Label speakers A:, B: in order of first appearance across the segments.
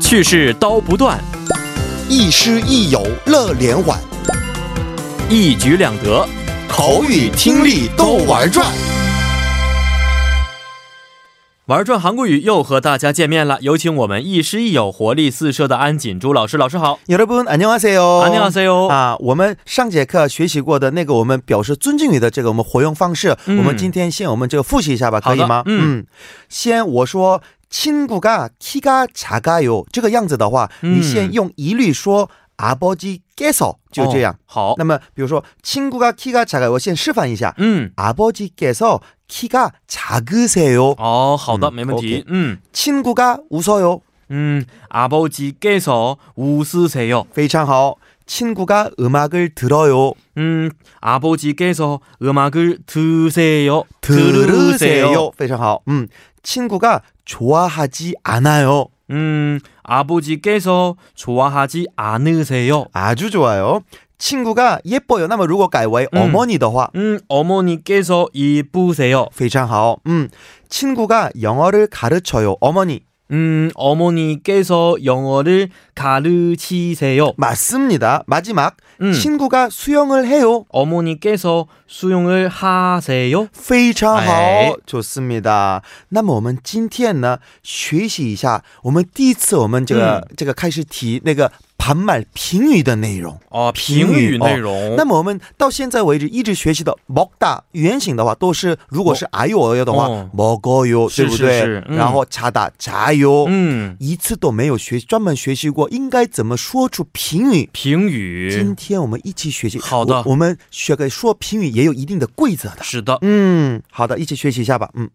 A: 去世刀不断，
B: 亦师亦友乐连环，
A: 一举两得。
B: 口语听力都玩转。
A: 玩转韩国语又和大家见面了，有请我们亦师亦友、活力四射的安锦珠老师。老师好，
C: 여러분 안녕하세요.
A: 안녕하세요
C: 啊，我们上节课学习过的那个我们表示尊敬语的这个我们活用方式，
A: 嗯
C: 我们今天先我们这个复习一下吧，
A: 好
C: 可
A: 的
C: 以吗？
A: 嗯，
C: 先我说친구가키가작아요这个样子的话，
A: 嗯
C: 你先用一律说아버지께서就这样。
A: 哦好，
C: 那么比如说친구가키가작아요我先示范一下，
A: 嗯，
C: 아버지께서키가작으세요，
A: 哦，好的，
C: 嗯
A: 没问题
C: OK 。
A: 嗯
C: 친구가웃어요，
A: 嗯，아버지께서웃으세요。
C: 非常好。친구가음악을들어요。
A: 嗯，아버지께서음악을드세요，
C: 들으세요. 非常好. 음, 친구가 좋아하지 않아요.
A: 음, 아버지께서 좋아하지 않으세요.
C: 아주 좋아요. 친구가 뭐 예뻐요. 那么如果改为
A: 음.
C: 어머니的话,
A: 음, 嗯 어머니께서 이쁘세요.
C: 非常好. 음, 친구가 영어를 가르쳐요. 어머니.
A: 음, 어머니께서 영어를 가르치세요.
C: 맞습니다. 마지막.
A: 음,
C: 친구가 수영을 해요.
A: 어머니께서 수용을 하세요. 哎。 네.
C: 非常好. 좋습니다. 那么我们今天呢，学习一下我们第一次我们这个
A: 음.
C: 这个开始提那个반말评语的内容。
A: 어,
C: 评
A: 评语
C: 语，
A: 内容.
C: 那么我们到现在为止一直学习的 m o k d a 原型的话，都是如果是哎呦哎呦的话
A: 哦
C: m o g o 对不对？
A: 是是嗯
C: 然后查打查哟，
A: 음,
C: 一次都没有学专门学习过应该怎么说出评语。今
A: 评语.
C: 天我们一起学习，
A: 好的
C: 我我们学个说评语也有一定的规则的。
A: 是的.
C: 嗯，好的，一起学习一下吧。嗯，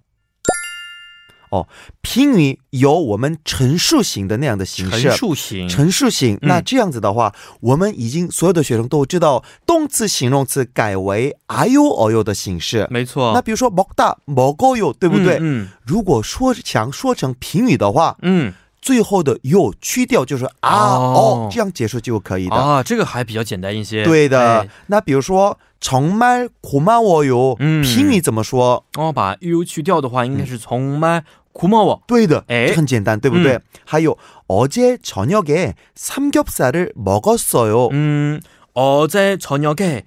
C: 哦，评语有我们陈述型的那样的形式，
A: 陈述型.
C: 陈述型。
A: 嗯
C: 那这样子的话，我们已经所有的学生都知道，动词、形容词改为 i u o u 的形式。
A: 没错.
C: 那比如说 먹다、먹어요，对不对？
A: 음,
C: 如果说想说成评语的话，
A: 음.
C: 最后的 u 去掉就是啊
A: 哦
C: 哦，这样结束就可以
A: 음.
C: 的。
A: 아, 这个还比较简单一些.
C: 对的。
A: 哎,
C: 那比如说정말고마워요，
A: 嗯
C: 评语怎么说？
A: 哦把 u 去掉的话应该是从 어, 정말 고마워.
C: 对的，
A: 哎嗯
C: 这很简单，对不对？还有어제저녁에삼겹살을먹었어요。
A: 음, 어제 저녁에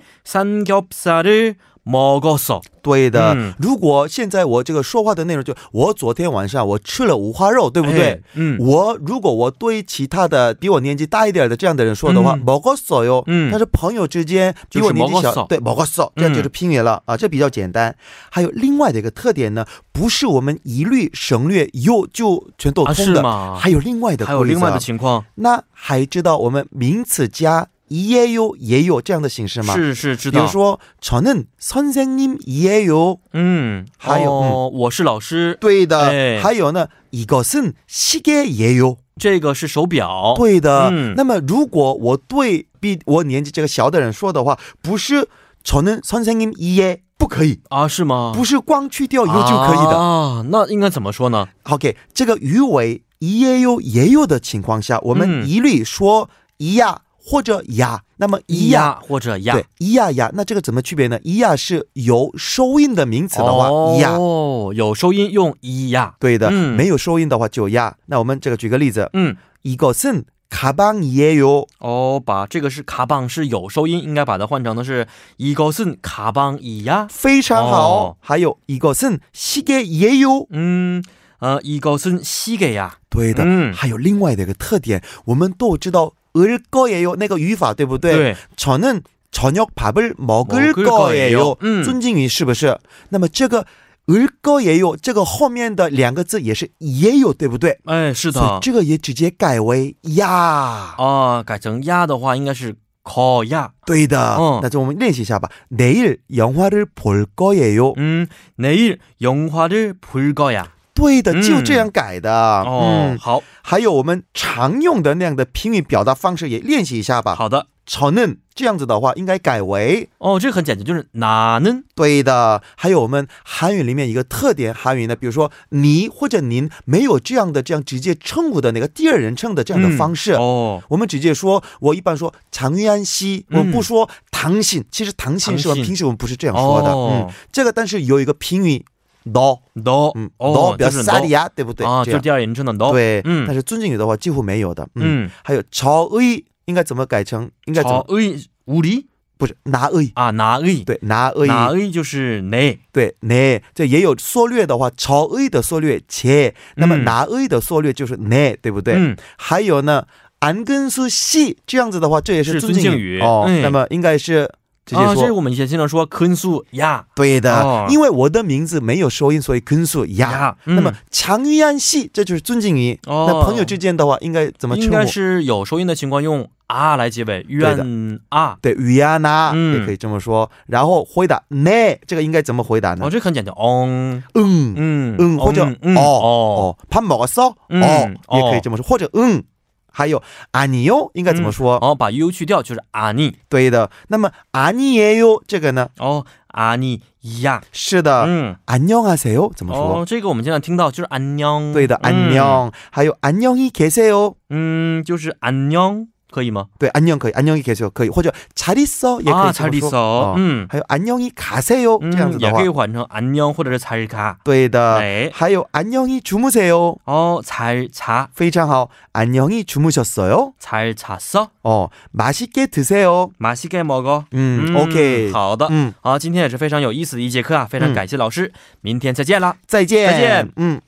A: 삼겹살을 먹었어.
C: 对的、
A: 嗯
C: 如果现在我这个说话的内容就我昨天晚上我吃了五花肉，对不
A: 哎
C: 对？
A: 음.
C: 我如果我对其他的比我年纪大一点的这样的人说的话，
A: 嗯
C: 먹었어요。
A: 嗯
C: 但是朋友之间比我年纪小，对，먹었어，这样就是拼音了、啊，这比较简单。还有另外的一个特点呢，不是我们一律省略 u 就全都
A: 啊
C: 通
A: 是
C: 的，
A: 吗
C: 还有另外的规则，
A: 还有另外的情况，
C: 那还知道我们名词加也有也有这样的形式吗？
A: 是是知
C: 比如
A: 道。，
C: 说저는선생님이에요。
A: 嗯，
C: 还有
A: 哦，我是老师，
C: 对的，
A: 哎
C: 还有呢，이것은시계예요。
A: 这个是手表，
C: 对的、
A: 嗯
C: 那么如果我对比我年纪这个小的人说的话，不是저는선생님이에不可以，
A: 啊，是吗？
C: 不
A: 是
C: 是光去掉 u 就可以的。
A: 啊，那应该怎么说呢？
C: OK，这个鱼尾也有也有的情况下，我
A: 嗯
C: 们一律说一呀或者呀，那么一呀
A: 呀或者呀，
C: 对，咿呀呀，那这个怎么区别呢？咿呀是有收音的名词的话，咿呀，
A: 哦，有收音用咿呀，
C: 对的、
A: 嗯
C: 没有收音的话就呀。那我们这个举个例子，
A: 嗯，
C: 이것은가방이에요。
A: 哦，把这个是卡邦是有收音，应该把它换成的是이것은가방이야，
C: 非常好。
A: 哦
C: 还有이것은시계예요。
A: 嗯，呃，이것은시계야，
C: 对的、
A: 嗯
C: 还有另外的一个特点，我们都知道을거예요那个语法，对不对？。
A: 对，
C: 저는저녁밥을먹
A: 네. 먹을
C: 을거예요
A: 거예요。。嗯 음.
C: 尊敬语是不是？那么这个을거예요这个后面的两个字也是也有，对不对？
A: 哎，是
C: 所以
A: 的，
C: 这个也直接改为呀。
A: 啊，改成呀的话应该是 call 呀，
C: 对的，
A: 嗯
C: 那就我们练习一下吧。내일영화를볼거예요。
A: 嗯，내일영화를볼거야，
C: 对的，
A: 嗯
C: 就这样改的。
A: 哦，
C: 嗯，
A: 好
C: 还有我们常用的那样的拼语表达方式也练习一下吧。
A: 好的。
C: 저는这样子的话应该改为
A: 哦，这个很简单，就是哪能
C: 对的。还有我们韩语里面一个特点，韩语呢，比如说你或者您没有这样的这样直接称呼的那个第二人称的这样的方式。
A: 哦，
C: 我们直接说，我一般说常玉安熙，我们不说唐信。其实唐信是吧？
A: 唐信
C: 平时我们不是这样说的。
A: 哦
C: 嗯，这个但是有一个评语 너，
A: 너，
C: 嗯，
A: 哦，
C: 너比较
A: 就是
C: 萨利
A: 너
C: 亚，对不对？
A: 啊，就是
C: 这样
A: 第二人称的 no。
C: 对，
A: 嗯
C: 但是尊敬语的话几乎没有的。嗯，
A: 嗯，
C: 还有朝의应该怎么改成？应该怎
A: 朝
C: 么？
A: 의우리
C: 不是拿의，
A: 啊，나의，
C: 对，拿
A: 나의
C: 의，
A: 就是내，
C: 对，네，这也有缩略的话，朝의的缩略제，那么
A: 嗯
C: 拿의的缩略就是네，对不对？
A: 嗯，
C: 还有呢，安根苏系这样子的话，这也
A: 是
C: 是
A: 尊
C: 尊
A: 敬
C: 敬
A: 语
C: 哦。
A: 嗯
C: 那么应该是直接
A: 啊，
C: 说
A: 这是我们以前经常说큰수呀
C: 对的、
A: 哦
C: 因为我的名字没有收音，所以根数呀。
A: 呀，嗯
C: 那么强于安系，这就是尊敬语、
A: 哦
C: 那朋友之间的话，应该怎么
A: 应
C: 称
A: 该
C: 呼？
A: 是有收音的情况用啊来结尾，愿啊。
C: 对，语呀呐，
A: 嗯
C: 也可以这么说。然后回答呢，这个应该怎么回答呢？
A: 哦，这很简单，嗯
C: 嗯
A: 嗯
C: 嗯，或者、
A: 嗯
C: 哦哦，怕먹었어
A: 嗯
C: 哦，
A: 哦
C: 也可以这么说，或者嗯。还有아니요应该怎么说？
A: 然后哦把 u 去掉就是啊你
C: 对的。那么아니에요这个呢？
A: 哦啊你呀，
C: 是的，
A: 嗯
C: 안녕하세요怎么说？
A: 哦，这个我们经常听到就是安녕，
C: 对的，
A: 嗯
C: 안녕，还有안녕히계세요。
A: 嗯，就是安녕可以吗？
C: 对，안녕可以，안녕히계세요可以，或者잘있어也可
A: 啊，
C: 以这么说。
A: 아, 잘있어， 음.
C: 哦
A: 嗯
C: 还有안녕히가세요
A: 嗯
C: 这样子的
A: 也
C: 话
A: 可，以换成安녕或者是잘가，
C: 对的。
A: 哎，
C: 还有안녕히주무세요
A: 哦잘자
C: 非常好，안녕히주무셨어요
A: 잘잤어，
C: 哦，맛있게드세요。 음,
A: 맛있게먹어，
C: 嗯，OK，，
A: 好的，
C: 嗯，
A: 好，今天也是非常有意思的一节课啊，非常
C: 嗯
A: 感谢老师，明天再见啦。
C: 再见，
A: 再见，
C: 嗯。